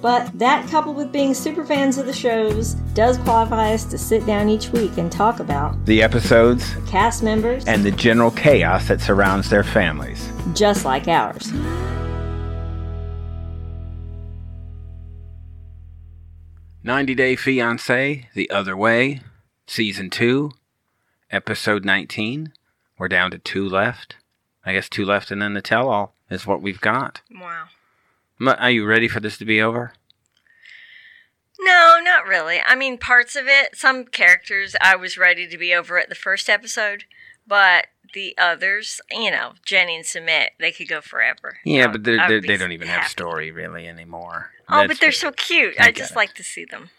but that coupled with being super fans of the shows does qualify us to sit down each week and talk about The episodes cast members and the general chaos that surrounds their families. just like ours. Ninety Day Fiance, The Other Way, Season Two, Episode Nineteen. We're down to two left. I guess two left, and then the tell-all is what we've got. Wow. M- Are you ready for this to be over? No, not really. I mean, parts of it, some characters I was ready to be over at the first episode, but the others, you know, Jenny and Summit, they could go forever. Yeah, I but would- they're, Um, I would they're, be they don't even have happy. story really anymore. Oh, That's but they're just- so cute. I I, get just it. like to see them.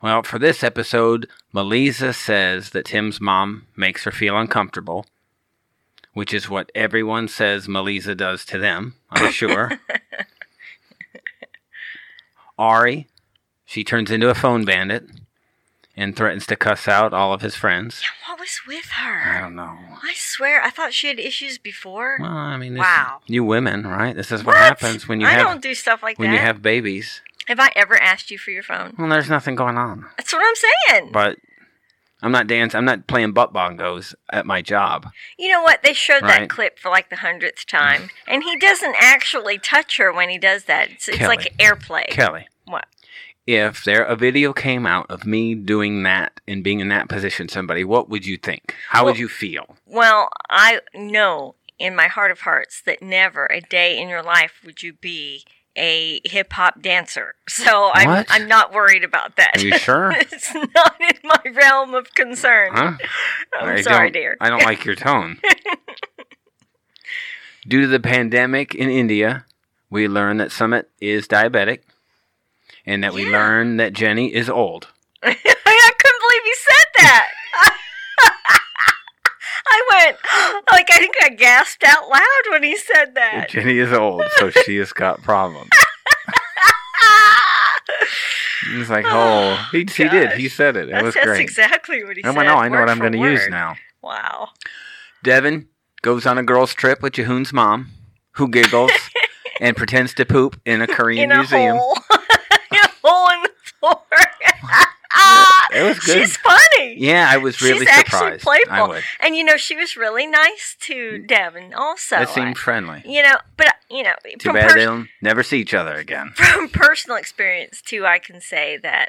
Well, for this episode, Melissa says that Tim's mom makes her feel uncomfortable, which is what everyone says Melissa does to them, I'm sure. Ari, she turns into a phone bandit and threatens to cuss out all of his friends. What was with I her? don't know. I swear, I thought she had issues before. Well, I mean, this, Wow. you women, right? This is what, What? happens when you I have don't do stuff like when that. you have babies. have I ever asked you for your phone? Well, there's nothing going on. That's what I'm saying. but I'm not dancing. I'm not playing butt bongos at my job. You know what? They showed Right. that clip for like the hundredth time, and he doesn't actually touch her when he does that. It's, it's like airplay. Kelly, What? if there a video came out of me doing that and being in that position, somebody, what would you think? How would Well- you feel? Well, I know in my heart of hearts that never a day in your life would you be a hip hop dancer. So I'm What? I'm not worried about that. Are you sure? it's not in my realm of concern. Huh? I'm I sorry, don't- dear. I don't like your tone. Due to the pandemic in India, we learn that Summit is diabetic, and that we Yeah. learn that Jenny is old. I couldn't believe he said that. I went like I think I gasped out loud when he said that. Jenny is old, so she has got problems. Ah! It's like, oh, he, he did. He Gosh. said it. It That's, was that's great. exactly what he Oh, said. well, no, I know what word I'm for going to use word. now. Wow. Devin goes on a girls' trip with Jahoon's mom, who giggles and pretends to poop in a Korean in a museum. hole. in a hole in the floor. It was good. She's funny. yeah, I was really She's actually surprised. I playful. would. And you know, she was really nice to Devin also. It Mm. seemed friendly. you know, but you know, Too from, bad pers- they'll never see each other again. from personal experience too, I can say that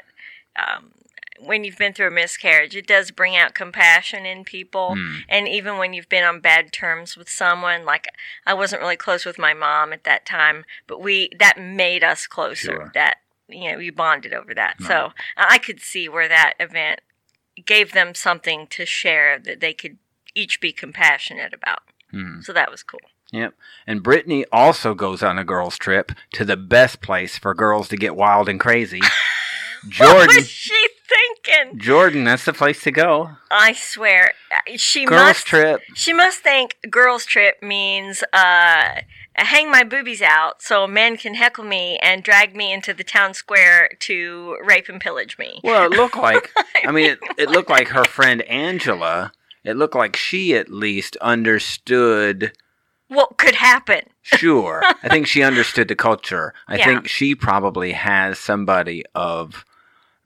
um, when you've been through a miscarriage, it does bring out compassion in people. Hmm. And even when you've been on bad terms with someone, like I wasn't really close with my mom at that time, but we that made us closer. Sure. That you know, we bonded over that. Right. So I I could see where that event gave them something to share that they could each be compassionate about. Hmm. So that was cool. Yep. And Brittany also goes on a girls' trip to the best place for girls to get wild and crazy. What Jordan. was she thinking? Jordan, that's the place to go. I swear, uh, she Girls' must. trip. She must think girls' trip means uh, hang my boobies out so a man can heckle me and drag me into the town square to rape and pillage me. Well, it looked like I mean, it, it looked like her friend Angela. It looked like she at least understood. What could happen? Sure, I think she understood the culture. I Yeah. think she probably has somebody of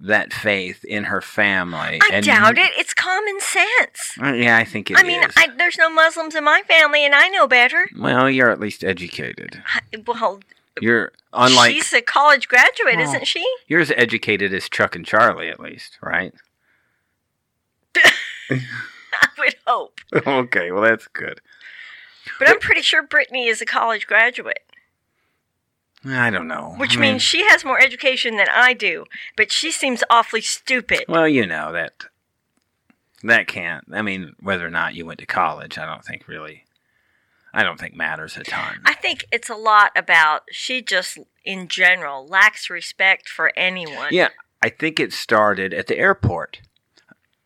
that faith in her family. I doubt it. It's common sense. Uh, Yeah, I think it is. I mean, I, there's no Muslims in my family, and I know better. well, you're at least educated. I, well, You're unlike she's a college graduate, Oh. isn't she? you're as educated as Chuck and Charlie, at least, right? I would hope. okay, well that's good. But I'm pretty sure Brittany is a college graduate. I don't know. Which I mean- means she has more education than I do, but she seems awfully stupid. Well, you know that that can't. I mean, whether or not you went to college, I don't think really. I don't think matters a ton. I think it's a lot about she just, in general, lacks respect for anyone. Yeah, I think it started at the airport.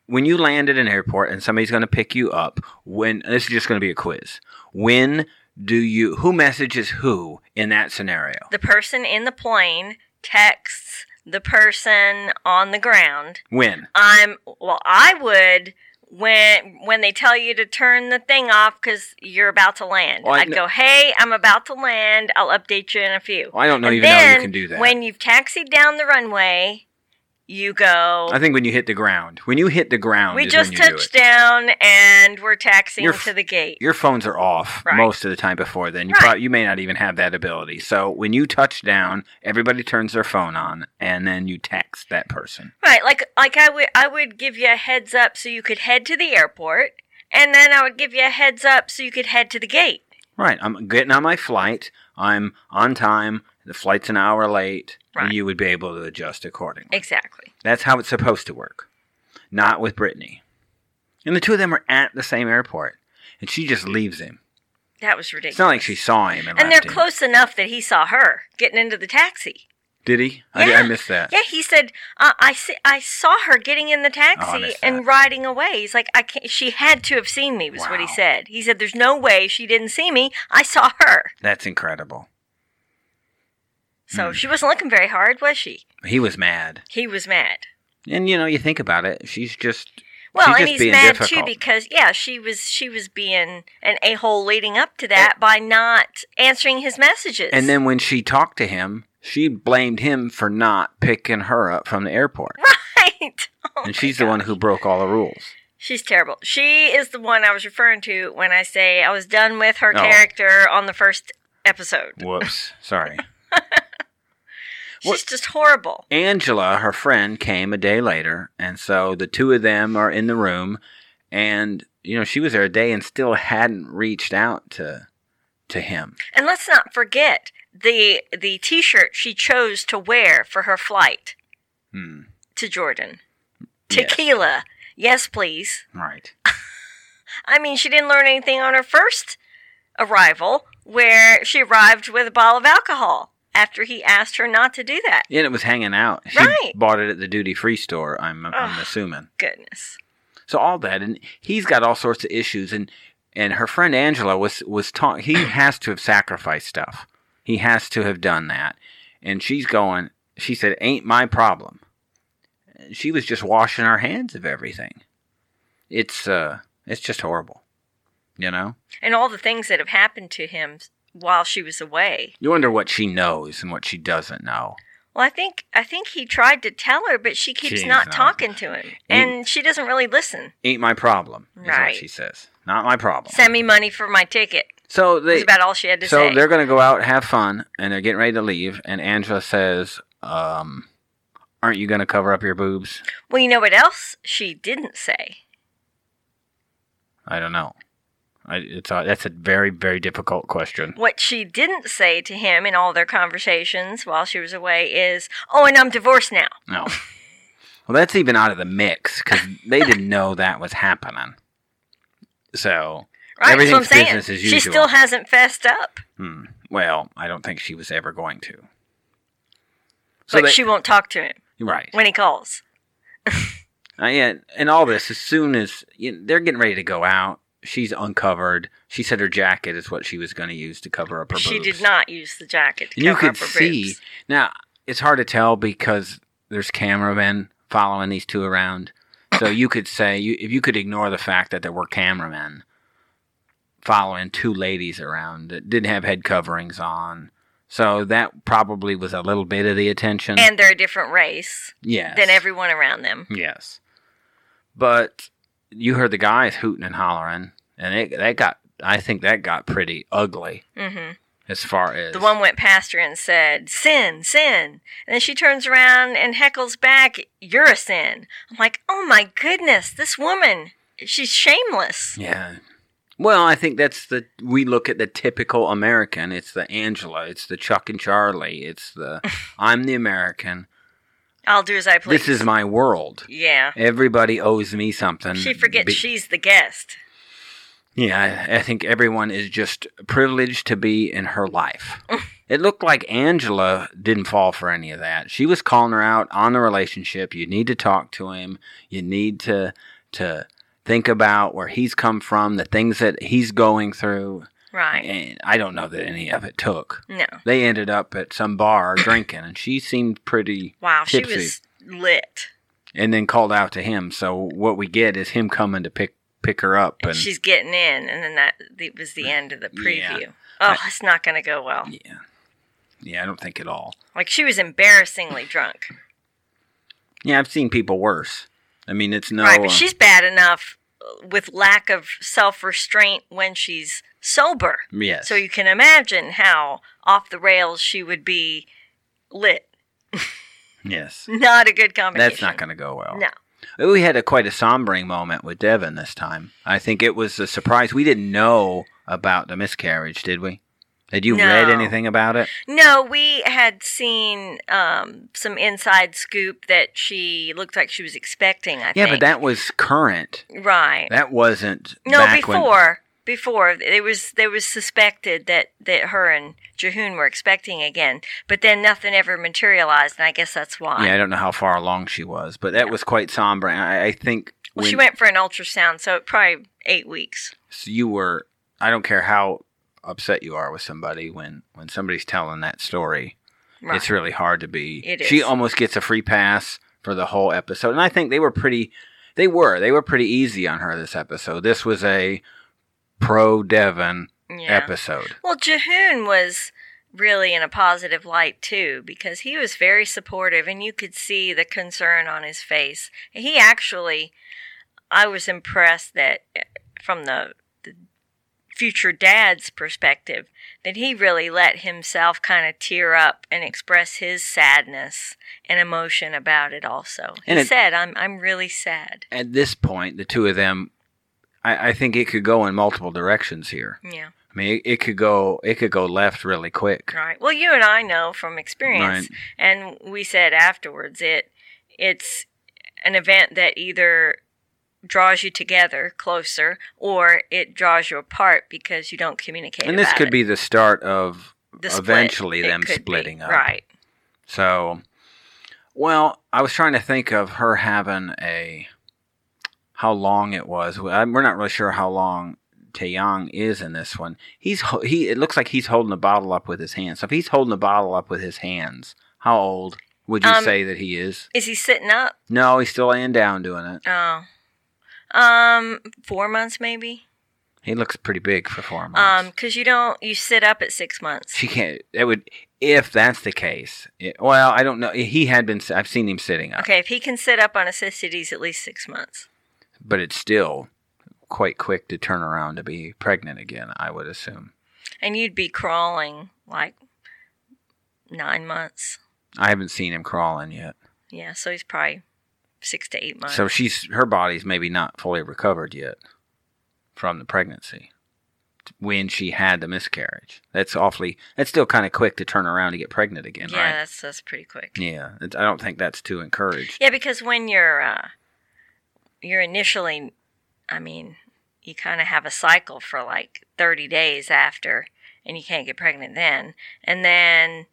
when you land at an airport and somebody's going to pick you up, when this is just going to be a quiz. When do you who messages who in that scenario? The person in the plane texts the person on the ground. When? I'm well. I would when when they tell you to turn the thing off because you're about to land. Oh, I I'd kn- go, hey, I'm about to land. I'll update you in a few. Well, I don't know And even how you then can do that. When you've taxied down the runway, you go. I think when you hit the ground. When you hit the ground, we is just when you do touched it. down and we're taxiing You're f- to the gate. Your phones are off Right. most of the time before then. You Right. prob- you may not even have that ability. So when you touch down, everybody turns their phone on, and then you text that person. Right, like like I would I would give you a heads up so you could head to the airport, and then I would give you a heads up so you could head to the gate. Right. I'm getting on my flight. I'm on time. The flight's an hour late. Right. And you would be able to adjust accordingly. Exactly. That's how it's supposed to work. Not with Brittany. And the two of them are at the same airport. And she just leaves him. That was ridiculous. It's not like she saw him. And, and they're left him. close enough that he saw her getting into the taxi. Did he? I, Yeah. I missed that. Yeah, he said, uh, "I see, I saw her getting in the taxi Oh, missed and that. riding away." He's like, "I can't. She had to have seen me," was what he Wow. said. He said, "There's no way she didn't see me. I saw her." That's incredible. Hmm. So she wasn't looking very hard, was she? He was mad. He was mad. And you know, you think about it. She's just. Well, she's and just he's being mad too difficult. because yeah, she was she was being an a hole leading up to that by not answering his messages. And then when she talked to him, she blamed him for not picking her up from the airport. right, Oh my And she's the one who broke all the rules. she's terrible. She is the one I was referring to when I say I was done with her Oh. character on the first episode. Whoops. Sorry. She's What- just horrible. Angela, her friend, came a day later, and so the two of them are in the room, and you know she was there a day and still hadn't reached out to to him. And let's not forget the the t shirt she chose to wear for her flight Hmm. to Jordan. Yes. Tequila. yes please. Right. I mean, she didn't learn anything on her first arrival, where she arrived with a bottle of alcohol after he asked her not to do that. And it was hanging out. She Right. Bought it at the duty free store. I'm I'm Ugh. assuming. Goodness. So all that, and he's got all sorts of issues, and and her friend Angela was was taught he has to have sacrificed stuff. He has to have done that, and she's going. She said, "Ain't my problem." And She was just washing her hands of everything. It's uh, it's just horrible, you know. And all the things that have happened to him while she was away. You wonder what she knows and what she doesn't know. Well, I think I think he tried to tell her, but she keeps She's not not. talking to him, and she doesn't really listen. Ain't my problem, is Right. what she says. Not my problem. Send me money for my ticket. so That's they about all she had to so say. they're going to go out have fun and they're getting ready to leave and angela says um, aren't you going to cover up your boobs Well, you know what else she didn't say? i don't know I, it's a, that's a very very difficult question What she didn't say to him in all their conversations while she was away is, "Oh, and I'm divorced now." no well that's even out of the mix because they didn't know that was happening so Right, that's what I'm everything's saying. business as She usual still hasn't fessed up, hmm. well i don't think she was ever going to but they- she won't talk to him right when he calls. Uh, yeah, and all this as soon as you know, they're getting ready to go out, she's uncovered. She said her jacket is what she was going to use to cover up her She boobs. did not use the jacket to And you cover could up her see boobs. now it's hard to tell because there's cameramen following these two around. So you could say you if you could ignore the fact that there were cameramen following two ladies around that didn't have head coverings on. So that probably was a little bit of the attention. And they're a different race yes. than everyone around them. Yes. But you heard the guys hooting and hollering, and it, that got, I think that got pretty ugly hmm as far as. The one went past her and said, "Sin, sin," and then she turns around and heckles back, "You're a sin." I'm like, "Oh my goodness, this woman, she's shameless." Yeah. Well, I think that's the, we look at the typical American. It's the Angela, it's the Chuck and Charlie, it's the, I'm the American. I'll do as I please. This is my world. yeah. Everybody owes me something. She forgets Be- she's the guest. Yeah, I, I think everyone is just privileged to be in her life. it looked like Angela didn't fall for any of that. She was calling her out on the relationship. You need to talk to him. You need to to think about where he's come from, the things that he's going through. Right. And I don't know that any of it took. No. They ended up at some bar drinking, and she seemed pretty Wow, she Tipsy. was lit. and then called out to him. So what we get is him coming to pick pick her up And and she's getting in, and then that it was the end of the preview. Oh, it's not going to go well. yeah. Yeah, I don't think at all. Like she was embarrassingly drunk. Yeah, I've seen people worse. I mean, it's no right, but uh, she's bad enough uh, with lack of self restraint when she's sober. um, yes. So you can imagine how off the rails she would be lit. yes. Not a good combination. That's not going to go well. No. We had a quite a sombering moment with Devin this time. I think it was a surprise. We didn't know about the miscarriage, did we? Had you read No. anything about it? No, we had seen um, some inside scoop that she looked like she was expecting. I Yeah, think. but that was current. right. That wasn't no, back when- before before it was there was suspected that that her and Jehoon were expecting again, but then nothing ever materialized, and I guess that's why. Yeah, I don't know how far along she was, but that was quite sombering. I, I think well, when she went for an ultrasound, so probably eight weeks. so you were I don't care how upset you are with somebody when when somebody's telling that story Right. it's really hard to be It she is. almost gets a free pass for the whole episode and I think they were pretty they were they were pretty easy on her this episode this was a pro Devon yeah. episode Well, Jehoon was really in a positive light too because he was very supportive and you could see the concern on his face. He actually I was impressed that eh, from the, the future dad's perspective that he really let himself kind of tear up and express his sadness and emotion about it also. He And it- said, "I'm I'm really sad." at this point the two of them I, I think it could go in multiple directions here Yeah. I mean it, it could go it could go left really quick Right. Well, you and I know from experience Right. and we said afterwards it it's an event that either draws you together closer or it draws you apart because you don't communicate and this about could it. be the start of The split, eventually it them could be. splitting up. right So, well, I was trying to think of her having a how long it was. We- I'm- We're not really sure how long Taeyang is in this one. He's ho- he. It looks like he's holding a bottle up with his hands. So if he's holding a bottle up with his hands, how old would you Um, say that he is? is he sitting up No, he's still laying down doing it. oh um four months maybe He looks pretty big for four months. um because you don't you sit up at six months she can't. It would if that's the case. It- well, I don't know. He had been. s- I've seen him sitting up. okay if he can sit up on assisted he's at least six months but it's still quite quick to turn around to be pregnant again, I would assume. and you'd be crawling like nine months I haven't seen him crawling yet. Yeah, so he's probably six to eight months. So she's her body's maybe not fully recovered yet from the pregnancy when she had the miscarriage. That's awfully that's still kind of quick to turn around to get pregnant again, yeah, right? that's that's pretty quick. Yeah. It's, I don't think that's too encouraged. Yeah, because when you're uh, you're initially, I mean, you kind of have a cycle for like thirty days after, and you can't get pregnant then. And then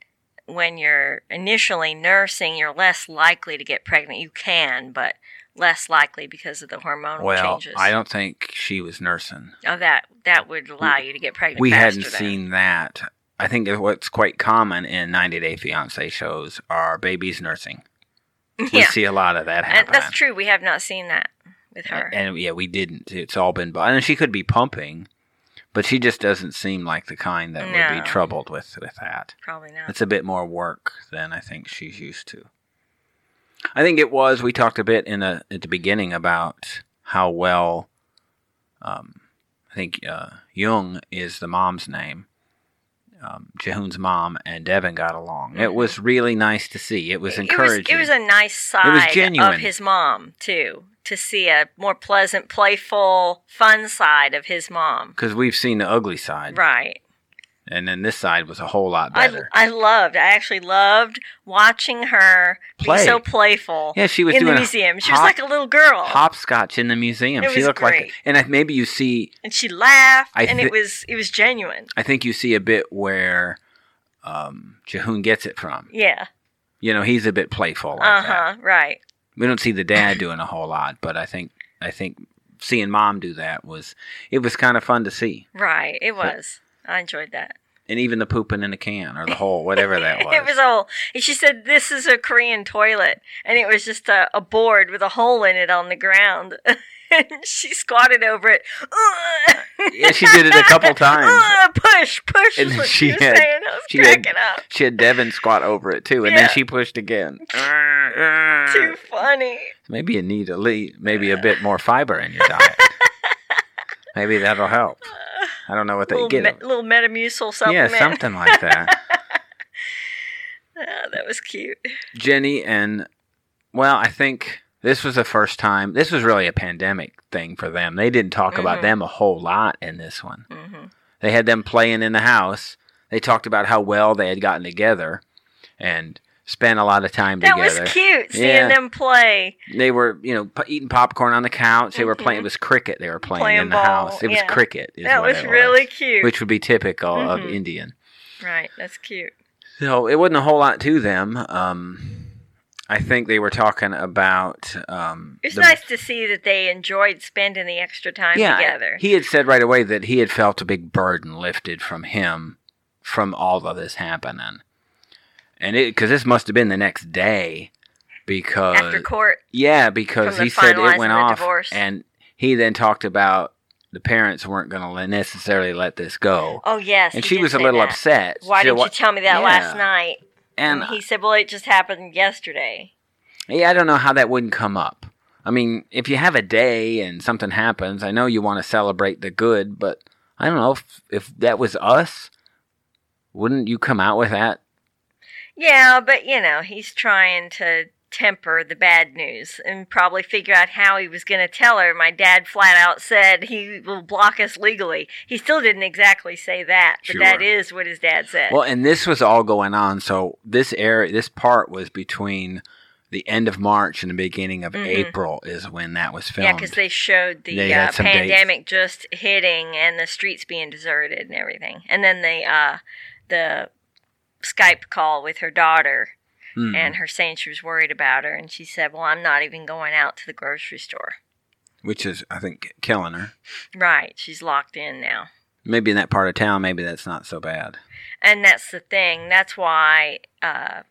when you're initially nursing, you're less likely to get pregnant. You can, but less likely because of the hormonal Well, changes. I don't think she was nursing. oh, that that would allow you to get pregnant. we faster hadn't then. seen that. I think that what's quite common in 90 Day Fiancé shows are babies nursing. We yeah, see a lot of that and happen. that's true. We have not seen that with her. And, and, yeah, we didn't. It's all been. bu- And she could be pumping, but she just doesn't seem like the kind that would No. be troubled with with that. Probably not. It's a bit more work than I think she's used to. I think it was. We talked a bit in the at the beginning about how well. Um, I think uh, Jung is the mom's name. Um, Jehoon's mom and Devin got along. It was really nice to see. It was encouraging. It was, a nice It was side genuine. of his mom too, to see a more pleasant, playful, fun side of his mom. because we've seen the ugly side, Right. and then this side was a whole lot I, better. I loved. I actually loved watching her Play. be so playful Yeah, she was in the doing museum. She hop- was like a little girl, hopscotch in the museum. It she was looked like, great. and I, maybe you see. and she laughed, I and thi- it was it was genuine. I think you see a bit where um, Jehoon gets it from. Yeah. You know, he's a bit playful. Like Uh that. huh. Right. We don't see the dad doing a whole lot, but I think I think seeing mom do that was it was kind of fun to see, Right. It was. I enjoyed that. and even the pooping in a can or the hole, whatever that was. It was all. And she said, "This is a Korean toilet," and it was just a, a board with a hole in it on the ground. and she squatted over it. yeah, she did it a couple times. Ugh, push, push. And is then what she she was had- saying. I was she had- cracking up. She had Devin squat over it too, and Yeah. then she pushed again. Too funny. Maybe you need a le- maybe a bit more fiber in your diet. maybe that'll help. I don't know what they little, get. me- little Metamucil supplement. Yeah, something like that. Ah, that was cute. Jenny and well, I think this was the first time. This was really a pandemic thing for them. They didn't talk about Mhm. them a whole lot in this one. hmm They had them playing in the house. They talked about how well they had gotten together and spent a lot of time That was together. cute. Seeing Yeah. them play. They were, you know, p- eating popcorn on the couch. They were playing. Mhm. It was cricket. They were playing, Playing in the ball, house. It was yeah. cricket. Is That what was it really cute. which would be typical of Mhm. Indian. right. That's cute. So it wasn't a whole lot to them. Um, I think they were talking about. Um, It's the- nice to see that they enjoyed spending the extra time Yeah, together. he had said right away that he had felt a big burden lifted from him from all of this happening, and it because this must have been the next day because After court, yeah because from the he said it finalizing went the off divorce. and he then talked about the parents weren't going to necessarily let this go oh yes, and he she did was a say little that. upset Why She didn't wa- you tell me Yeah. that last night? and And he said, "Well, it just happened yesterday." Yeah, I don't know how that wouldn't come up. I mean, if you have a day and something happens, I know you want to celebrate the good, but I don't know if, if that was us, wouldn't you come out with that? Yeah, but you know, he's trying to temper the bad news and probably figure out how he was going to tell her. My dad flat out said he will block us legally. He still didn't exactly say that, but Sure. that is what his dad said. Well, and this was all going on, so this area, this part was between the end of March and the beginning of Mhm. April is when that was filmed. Yeah, because they showed the They uh, had some dates. pandemic just hitting and the streets being deserted and everything, and then the uh, the Skype call with her daughter Hmm. and her saying she was worried about her, and she said, "Well, I'm not even going out to the grocery store." which is, I think, killing her. Right, she's locked in now, Maybe in that part of town, maybe that's not so bad. and that's the thing. That's why. Uh,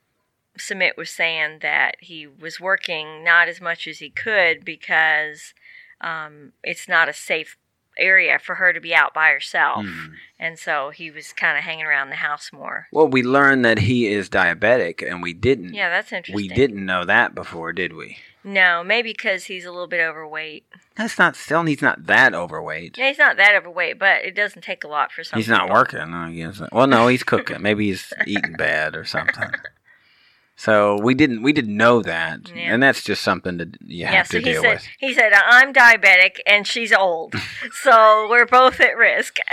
Summit was saying that he was working not as much as he could because um, it's not a safe area for her to be out by herself. Hmm. And so he was kind of hanging around the house more. Well, we learned that he is diabetic, and we didn't Yeah, that's interesting. Mm. We didn't know that before, did we? No, maybe because he's a little bit overweight. That's not still. He's not that overweight. Yeah, he's not that overweight, but it doesn't take a lot for something. He's not working. I guess. Well, no, he's cooking. Maybe he's eating bad or something. So we didn't. We didn't know that, Yeah. and that's just something that you have yeah, to so he deal said with. he said I'm diabetic and she's old, so we're both at risk.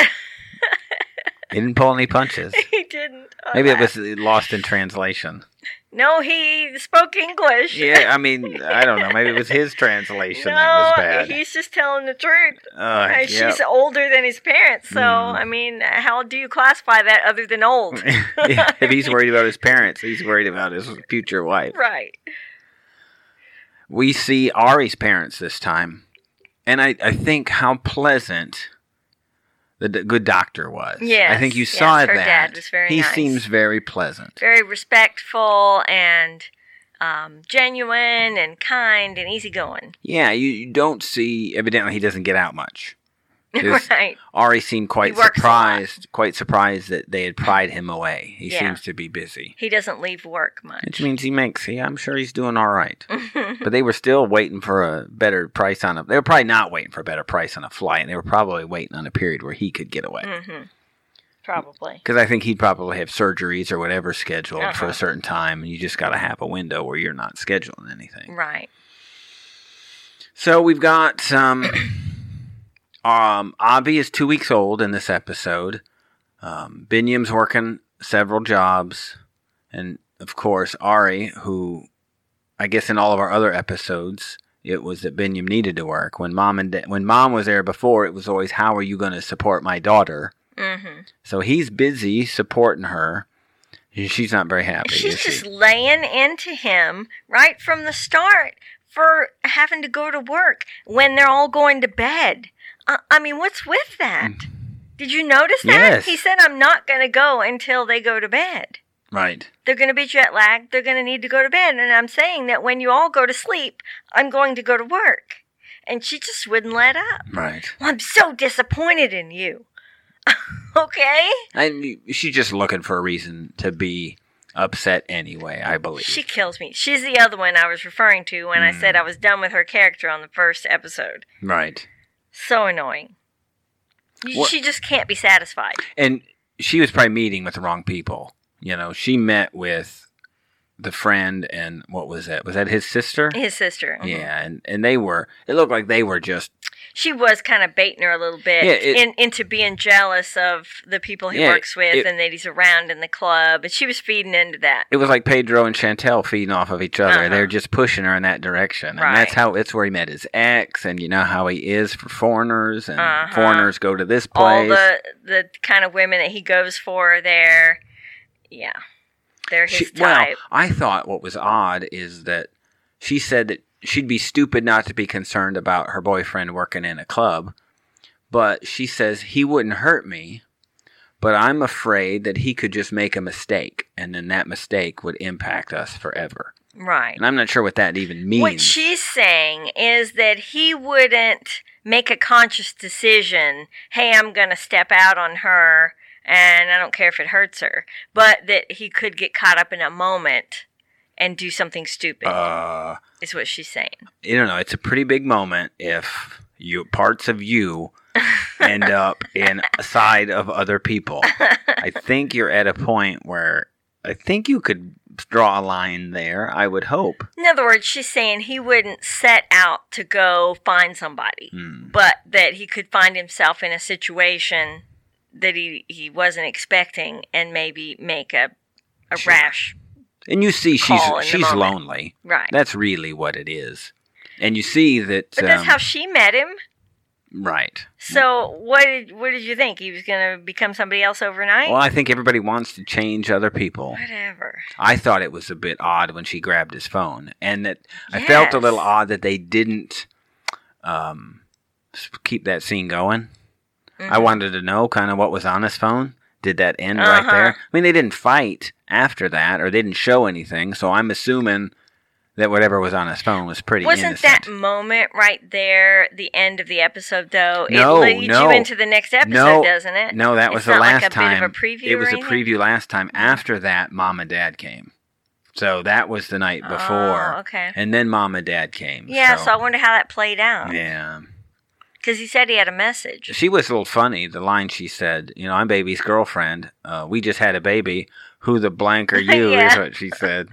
He didn't pull any punches. he didn't. I Maybe it laughed. was uh, lost in translation. No, he spoke English. Yeah, I mean, I don't know. Maybe it was his translation No, that was bad. he's just telling the truth. Ugh, Uh, yep. She's older than his parents, so Mm. I mean, how do you classify that other than old? Yeah, if he's worried about his parents, he's worried about his future wife. right. we see Ari's parents this time, and I, I think how pleasant the d- good doctor was. Yes, I think you yes, saw her that. dad was very he nice. seems very pleasant. very respectful and um, genuine and kind and easygoing. Yeah, you, you don't see. Evidently, he doesn't get out much. Just- right. Ari seemed quite works a lot. surprised, quite surprised that they had pried him away. He Yeah. seems to be busy, He doesn't leave work much. which means he makes. Yeah, I'm sure he's doing all right. But they were still waiting for a better price on a. They were probably not waiting for a better price on a flight. And they were probably waiting on a period where he could get away. hmm Probably. Because I think he'd probably have surgeries or whatever scheduled for Uh-huh. a certain time, and you just got to have a window where you're not scheduling anything. Right. So we've got um, um, Avi is two weeks old in this episode. Um, Binyam's working several jobs, and of course Ari, who I guess in all of our other episodes. It was that Binyam needed to work when mom and da- when mom was there before. It was always, "How are you going to support my daughter?" hmm So he's busy supporting her. and She's not very happy. She's is she? just laying into him right from the start. for having to go to work when they're all going to bed. I, I mean, what's with that? Did you notice that? Mm. Yes. He said, I'm not going to go until they go to bed. Right. They're going to be jet lagged. They're going to need to go to bed. And I'm saying that when you all go to sleep, I'm going to go to work. And she just wouldn't let up. Right. Well, I'm so disappointed in you. okay? And she's just looking for a reason to be upset anyway, I believe. Hmm. She kills me. She's the other one I was referring to when I said I was done with her character on the first episode. right. So annoying. You, What- she just can't be satisfied. And she was probably meeting with the wrong people. You know, she met with the friend and what was that? Was that his sister? His sister. mhm. Yeah, and, and they were it looked like they were just She was kind of baiting her a little bit Yeah, it- in, into being jealous of the people he Yeah, works with it- and that he's around in the club. And she was feeding into that. it was like Pedro and Chantel feeding off of each other. Uh-huh. They're just pushing her in that direction. And Right. that's how it's where he met his ex and you know how he is for foreigners and Uh-huh. foreigners go to this place. All the, the kind of women that he goes for are there. Yeah. They're his She, well, type. I thought what was odd is that she said that she'd be stupid not to be concerned about her boyfriend working in a club, but she says he wouldn't hurt me, but I'm afraid that he could just make a mistake, and then that mistake would impact us forever. right. And I'm not sure what that even means. What she's saying is that he wouldn't make a conscious decision, hey, I'm going to step out on her and I don't care if it hurts her, but that he could get caught up in a moment and do something stupid, uh, is what she's saying. you don't know. It's a pretty big moment if you parts of you end up in a side of other people. I think you're at a point where I think you could draw a line there. I would hope. In other words, she's saying he wouldn't set out to go find somebody, Hmm. but that he could find himself in a situation that he, he wasn't expecting and maybe make a, a Sure. rash. And you see, she's Call in the she's moment. lonely. Right. That's really what it is. And you see that. But that's um, how she met him. right. So what did what did you think he was gonna become somebody else overnight? Well, I think everybody wants to change other people. Whatever. I thought it was a bit odd when she grabbed his phone, and that I felt a Yes. little odd that they didn't um, s- keep that scene going. I Mhm. wanted to know kind of what was on his phone. Did that end right Uh-huh. there? I mean, they didn't fight after that, or they didn't show anything, so I'm assuming that whatever was on his phone was pretty Wasn't innocent. that moment right there the end of the episode though? No, it leads no. you into the next episode, No. doesn't it? no, that was It's the not last like a time. Bit of a preview it was or a anything? Mm. preview last time. After that, mom and dad came, so that was the night before, Oh, okay. and then mom and dad came. Yeah, so. I wonder how that played out. yeah. Because he said he had a message. She was a little funny. The line she said, "You know, I'm baby's girlfriend. Uh, we just had a baby. Who the blank are you?" Is Yeah. what she said.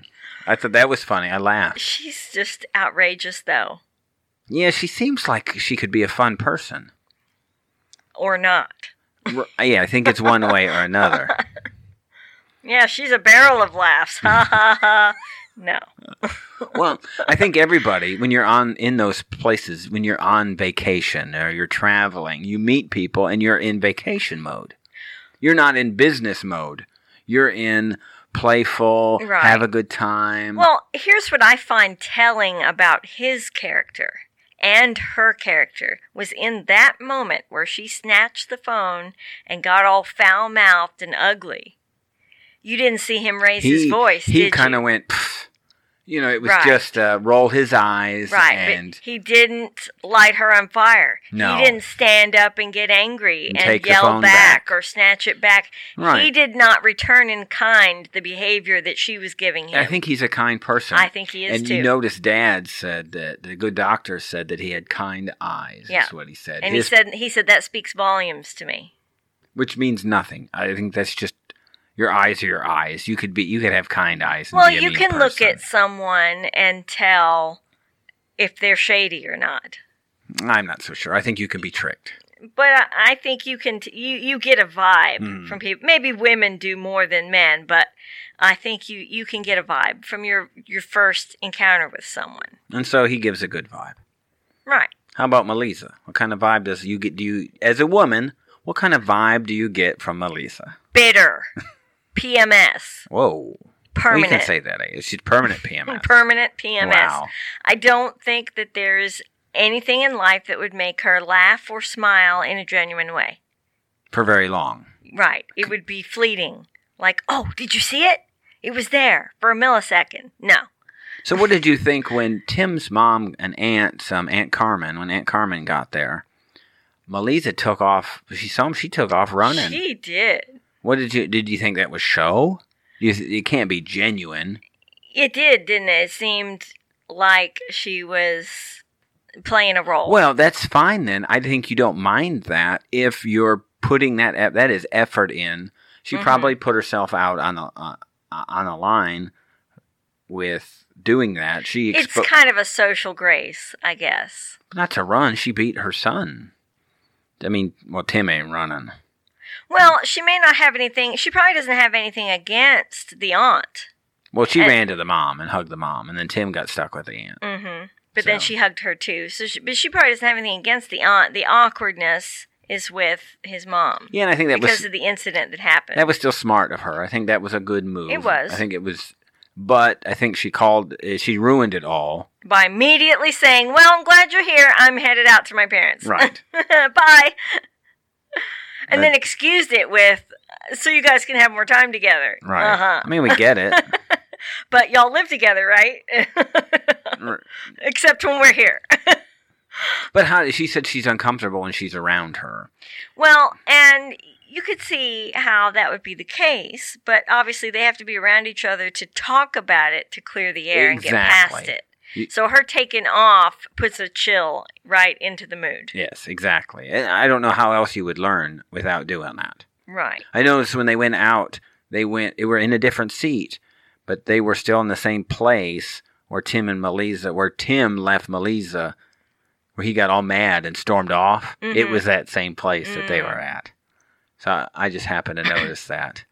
I thought that was funny. I laughed. She's just outrageous though. Yeah, she seems like she could be a fun person. Or not. R- yeah, I think it's one way or another. Yeah, she's a barrel of laughs. Ha ha ha. No. Well, I think everybody, when you're on in those places, when you're on vacation or you're traveling, you meet people and you're in vacation mode. You're not in business mode. You're in playful, Right. have a good time. Well, here's what I find telling about his character and her character was in that moment where she snatched the phone and got all foul mouthed and ugly. You didn't see him raise his voice. He did kind you? of went, "Pff." you know, it was Right. just uh, roll his eyes right, and but he didn't light her on fire. No. he didn't stand up and get angry And and, take the yell phone back, back. or snatch it back. He right. did not return in kind the behavior that she was giving him. I think he's a kind person. I think he is and too. you notice Dad said that the good doctor said that he had kind eyes. Yeah. Is what he said. and His- he said he said that speaks volumes to me. which means nothing. I think that's just your eyes are your eyes. You could be you could have kind eyes. And Well, be a you mean can look person. at someone and tell if they're shady or not. I'm not so sure. I think you can be tricked. But I, I think you can t- you you get a vibe Mm. from people. Maybe women do more than men, but I think you you can get a vibe from your your first encounter with someone. And so he gives a good vibe. Right. How about Melissa? What kind of vibe does you get? Do you as a woman? What kind of vibe do you get from Melissa? Bitter. PMS. Whoa. permanent. We can say that. eh? She's permanent PMS. Permanent PMS. Wow. I don't think that there's anything in life that would make her laugh or smile in a genuine way. For very long. Right. It would be fleeting. Like, oh, did you see it? It was there for a millisecond. No. So, what did you think when Tim's mom and aunt, um, Aunt Carmen, when Aunt Carmen got there? Melissa took off. She saw him. She took off running. She did. what did you? Did you think that was show? You, it can't be genuine. It did, didn't it? It seemed like she was playing a role. Well, that's fine then. I think you don't mind that if you're putting that eff- that is effort in. She Mhm. probably put herself out on a uh, on a line with doing that. She it's expo- kind of a social grace, I guess. not to run. She beat her son. I mean, well, Tim ain't running. Well, she may not have anything. She probably doesn't have anything against the aunt. Well, she And- ran to the mom and hugged the mom, and then Tim got stuck with the aunt. Mm-hmm. But then So- she hugged her too. So, she, but she probably doesn't have anything against the aunt. The awkwardness is with his mom Yeah, and I think that because was of the incident that happened. that was still smart of her. I think that was a good move. It was. I think it was, but I think she called. eh, She ruined it all. by immediately saying, "Well, I'm glad you're here. I'm headed out to my parents. Right. Bye." And Right. then excused it with, "So you guys can have more time together." Right. Uh-huh. I mean, we get it. But y'all live together, right? R- Except when we're here. But how she said she's uncomfortable when she's around her. Well, and you could see how that would be the case, but obviously they have to be around each other to talk about it to clear the air and Exactly. get past You- it. So her taking off puts a chill right into the mood. Yes, exactly. And I don't know how else you would learn without doing that. Right. I noticed when they went out, they went they were in a different seat, but they were still in the same place where Tim and Melissa where Tim left Melissa where he got all mad and stormed off. It Mhm. was that same place that they Mm. were at. So I- I just happened to notice that.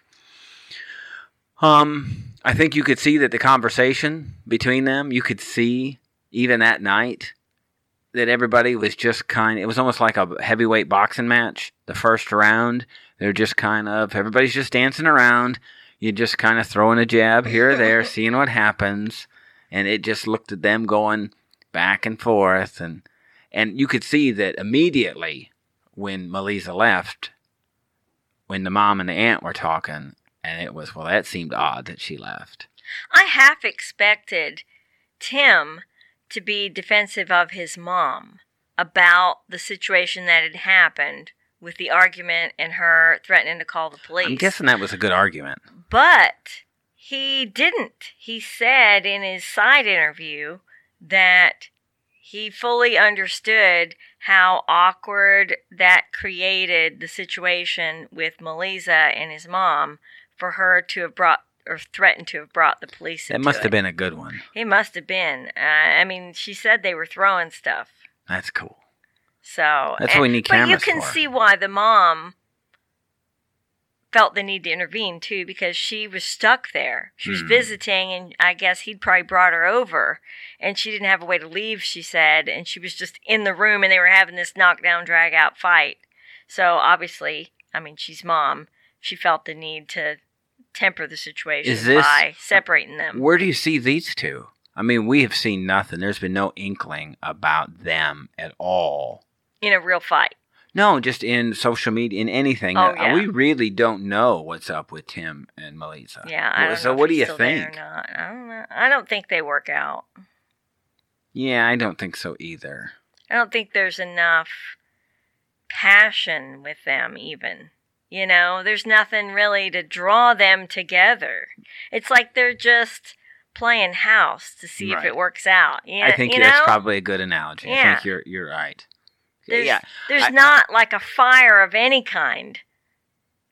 Um I think you could see that the conversation between them, you could see even that night that everybody was just kind it was almost like a heavyweight boxing match the first round they're just kind of everybody's just dancing around you're just kind of throwing a jab here or there seeing what happens and it just looked at them going back and forth and and you could see that immediately when Melissa left when the mom and the aunt were talking and it was well that seemed odd that she left I half expected Tim to be defensive of his mom about the situation that had happened with the argument and her threatening to call the police. i'm guessing that was a good argument But he didn't. He said in his side interview that he fully understood how awkward that created the situation with Melissa and his mom for her to have brought or threatened to have brought the police. that into must it. have been a good one It must have been. Uh, I mean, she said they were throwing stuff. that's cool So That's what we need But you cameras can for. see why the mom felt the need to intervene too, because she was stuck there. She was Hmm. visiting, and I guess he'd probably brought her over, and she didn't have a way to leave. She said, and she was just in the room, and they were having this knockdown, drag out fight. So obviously, I mean, she's mom. She felt the need to temper the situation Is this- by separating them. Where do you see these two? I mean, we have seen nothing. There's been no inkling about them at all. in a real fight. No, just in social media, in anything. Oh, Uh, yeah. We really don't know what's up with Tim and Melissa. Yeah, I don't so know if what do he's you still there or think? not. I don't know. I don't think they work out. Yeah, I don't think so either. I don't think there's enough passion with them, even. You know, there's nothing really to draw them together. It's like they're just playing house to see if Right. it works out. Yeah, I think you know, that's probably a good analogy. I Yeah. think you're you're right. There's- yeah, there's I- not like a fire of any kind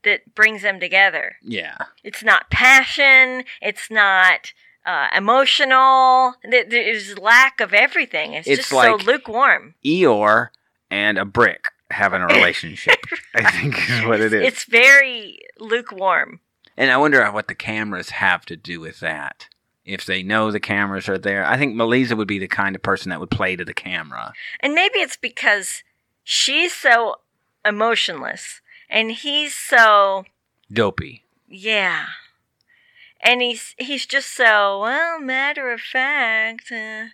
that brings them together. yeah. It's not passion. It's not uh, emotional. There- There's lack of everything. It's, It's just like- so lukewarm. Eeyore and a brick having a relationship. I think is what it is. It's very lukewarm. And I wonder what the cameras have to do with that. If they know the cameras are there, I think Melissa would be the kind of person that would play to the camera. And maybe it's because she's so emotionless and he's so, Dopey. yeah. and he's he's just so well matter of fact uh,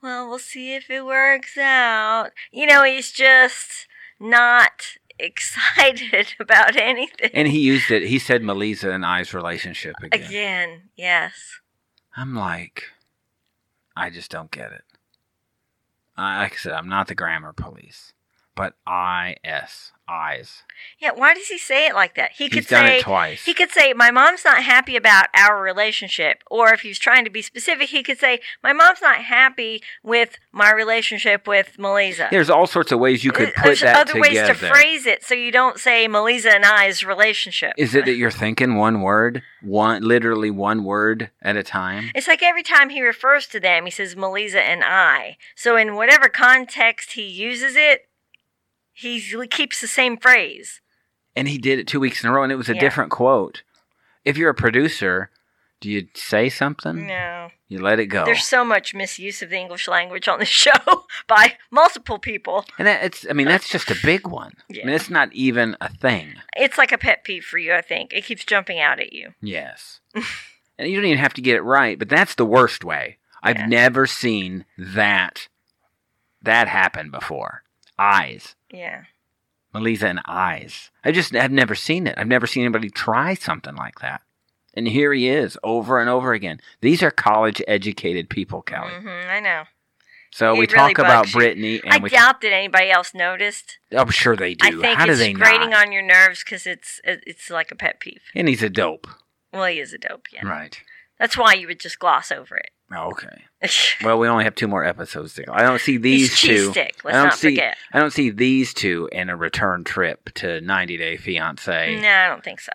well we'll see if it works out you know he's just not excited about anything And he used it. He said Melissa and I's relationship again. again yes I'm like, I just don't get it. I, like I said, I'm not the grammar police, but I s eyes. yeah why does he say it like that he could He's done say it twice. He could say, My mom's not happy about our relationship. Or if he's trying to be specific, he could say, My mom's not happy with my relationship with Melissa. Uh, There's all sorts of ways you could put There's that other together. ways to phrase it so you don't say Melissa and I's relationship. Is it that you're thinking one word, one literally one word at a time? It's like every time he refers to them, he says Melissa and I. So in whatever context he uses it, he keeps the same phrase. And he did it two weeks in a row, and it was a Yeah. different quote. If you're a producer, do you say something? No. You let it go. There's so much misuse of the English language on this show by multiple people. And that, it's, I mean, that's just a big one. Yeah. I mean, it's not even a thing. It's like a pet peeve for you, I think. It keeps jumping out at you. Yes. and you don't even have to get it right, but that's the worst way. I've Yeah. never seen that that happen before. Eyes. Yeah. Melissa and eyes. I just have never seen it. I've never seen anybody try something like that. And here he is over and over again. These are college educated people, Kelly. hmm I know. So It we really talk about bugs you. Brittany and I we doubt that anybody else noticed. I'm sure they do. I think How do it's they grating not? on your nerves because it's it- it's like a pet peeve. and he's a dope. Well, he is a dope. Yeah. Right. Oh, That's why you would just gloss over it. Okay. Well, we only have two more episodes to go. I don't see these He's cheese two. stick. Let's I don't not see- forget. I don't see these two in a return trip to 90 Day Fiance, No, I don't think so.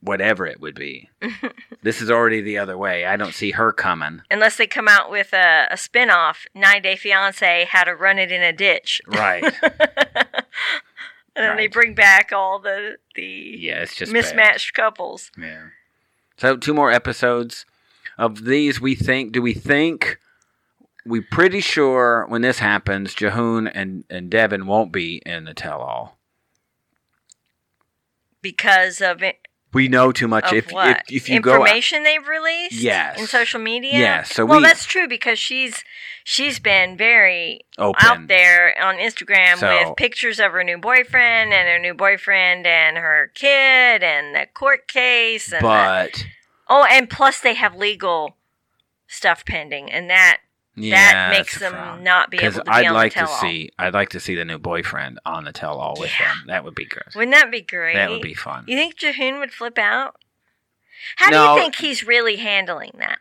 whatever it would be. this is already the other way. I don't see her coming. Unless they come out with a, a spin off, Nine Day Fiance, How to Run It in a Ditch. Right. and then they Right. bring back all the, the yeah, it's just bad. mismatched couples. Yeah. So two more episodes of these. We think. Do we think? We pretty sure when this happens, Jahoon and and Devin won't be in the tell-all. Because of it, We know too much. of if, what if if you go, information they've released, Yes. in social media. Yes, so well, we- that's true because she's she's been very open out there on Instagram So- with pictures of her new boyfriend and her new boyfriend and her kid and the court case and the- but oh, and plus they have legal stuff pending, and that yeah, that makes it's them wrong. not be able to be I'd on like the to tell-all. see I'd like to see the new boyfriend on the tell all with Yeah. them. That would be good. Wouldn't that be great? That would be fun. You think Jahoon would flip out? How do No. you think he's really handling that?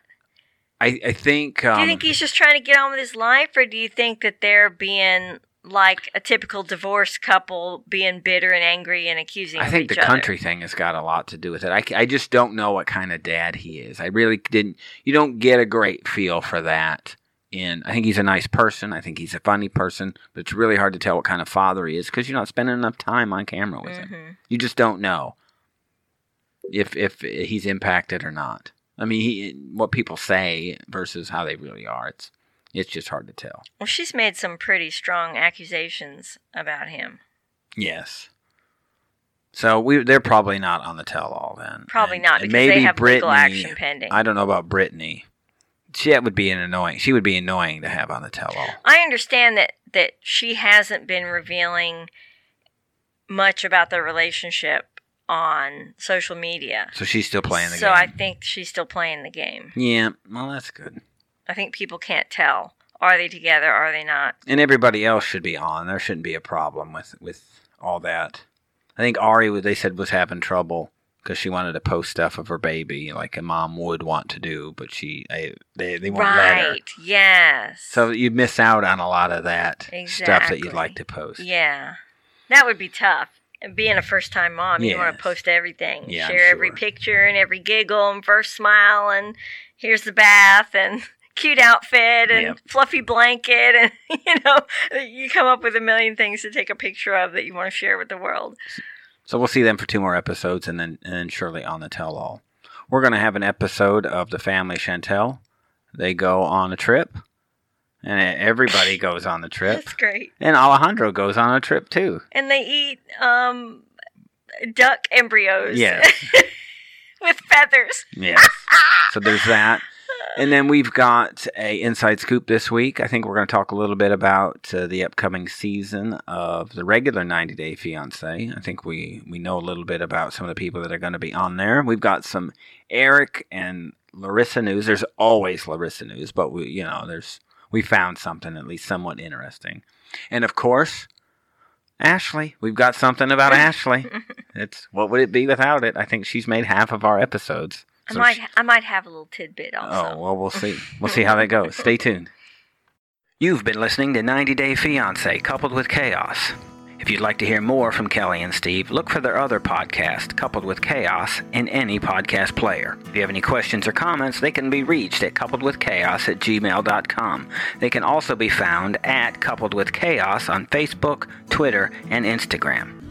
I, I think Do um, you think he's just trying to get on with his life, or do you think that they're being like a typical divorced couple, being bitter and angry and accusing? I of think the each other? country thing has got a lot to do with it. I, c- I just don't know what kind of dad he is. I really didn't. You don't get a great feel for that. In I think he's a nice person. I think he's a funny person, but it's really hard to tell what kind of father he is because you're not spending enough time on camera with him. Mhm. You just don't know if if he's impacted or not. I mean, he, what people say versus how they really are. It's it's just hard to tell. Well, she's made some pretty strong accusations about him. Yes. So we they're probably not on the tell all then. Probably And- not and because they have legal action pending. I, I don't know about Brittany. She that would be an annoying. She would be annoying to have on the tell all. understand that that she hasn't been revealing much about their relationship on social media. So she's still playing the so game. I think she's still playing the game. yeah, well that's good. I think people can't tell. Are they together? Are they not? And everybody else should be on. There shouldn't be a problem with with all that. I think Ari was- they said was having trouble because she wanted to post stuff of her baby like a mom would want to do, but she I, they they won't let her. Right. Yes. So you miss out on a lot of that stuff that Exactly. you'd like to post. yeah, that would be tough. And Being a first time mom, you want Yes. to post everything, Yeah, I'm share every sure. picture and every giggle and first smile and here's the bath and cute outfit and Yep. fluffy blanket and you know you come up with a million things to take a picture of that you want to share with the world. So we'll see them for two more episodes, and then and then surely on the tell all. We're gonna have an episode of the family Chantel. They go on a trip, and everybody goes on the trip, That's great. and Alejandro goes on a trip too. And they eat um duck embryos. Yes. with feathers. Yes. so there's that. And then we've got a inside scoop this week. I think we're going to talk a little bit about uh, the upcoming season of the regular 90 Day Fiance. I think we we know a little bit about some of the people that are going to be on there. We've got some Eric and Larissa news. There's always Larissa news, but we you know there's we found something at least somewhat interesting. And of course, Ashley. We've got something about Ashley. It's what would it be without it? I think she's made half of our episodes. I So might I might have a little tidbit also. Oh, well, we'll see. We'll see how that goes. Stay tuned. You've been listening to 90 Day Fiancé Coupled with Chaos. If you'd like to hear more from Kelly and Steve, look for their other podcast, Coupled with Chaos, in any podcast player. If you have any questions or comments, they can be reached at coupledwithchaos at gmail.com. They can also be found at Coupled with Chaos on Facebook, Twitter, and Instagram.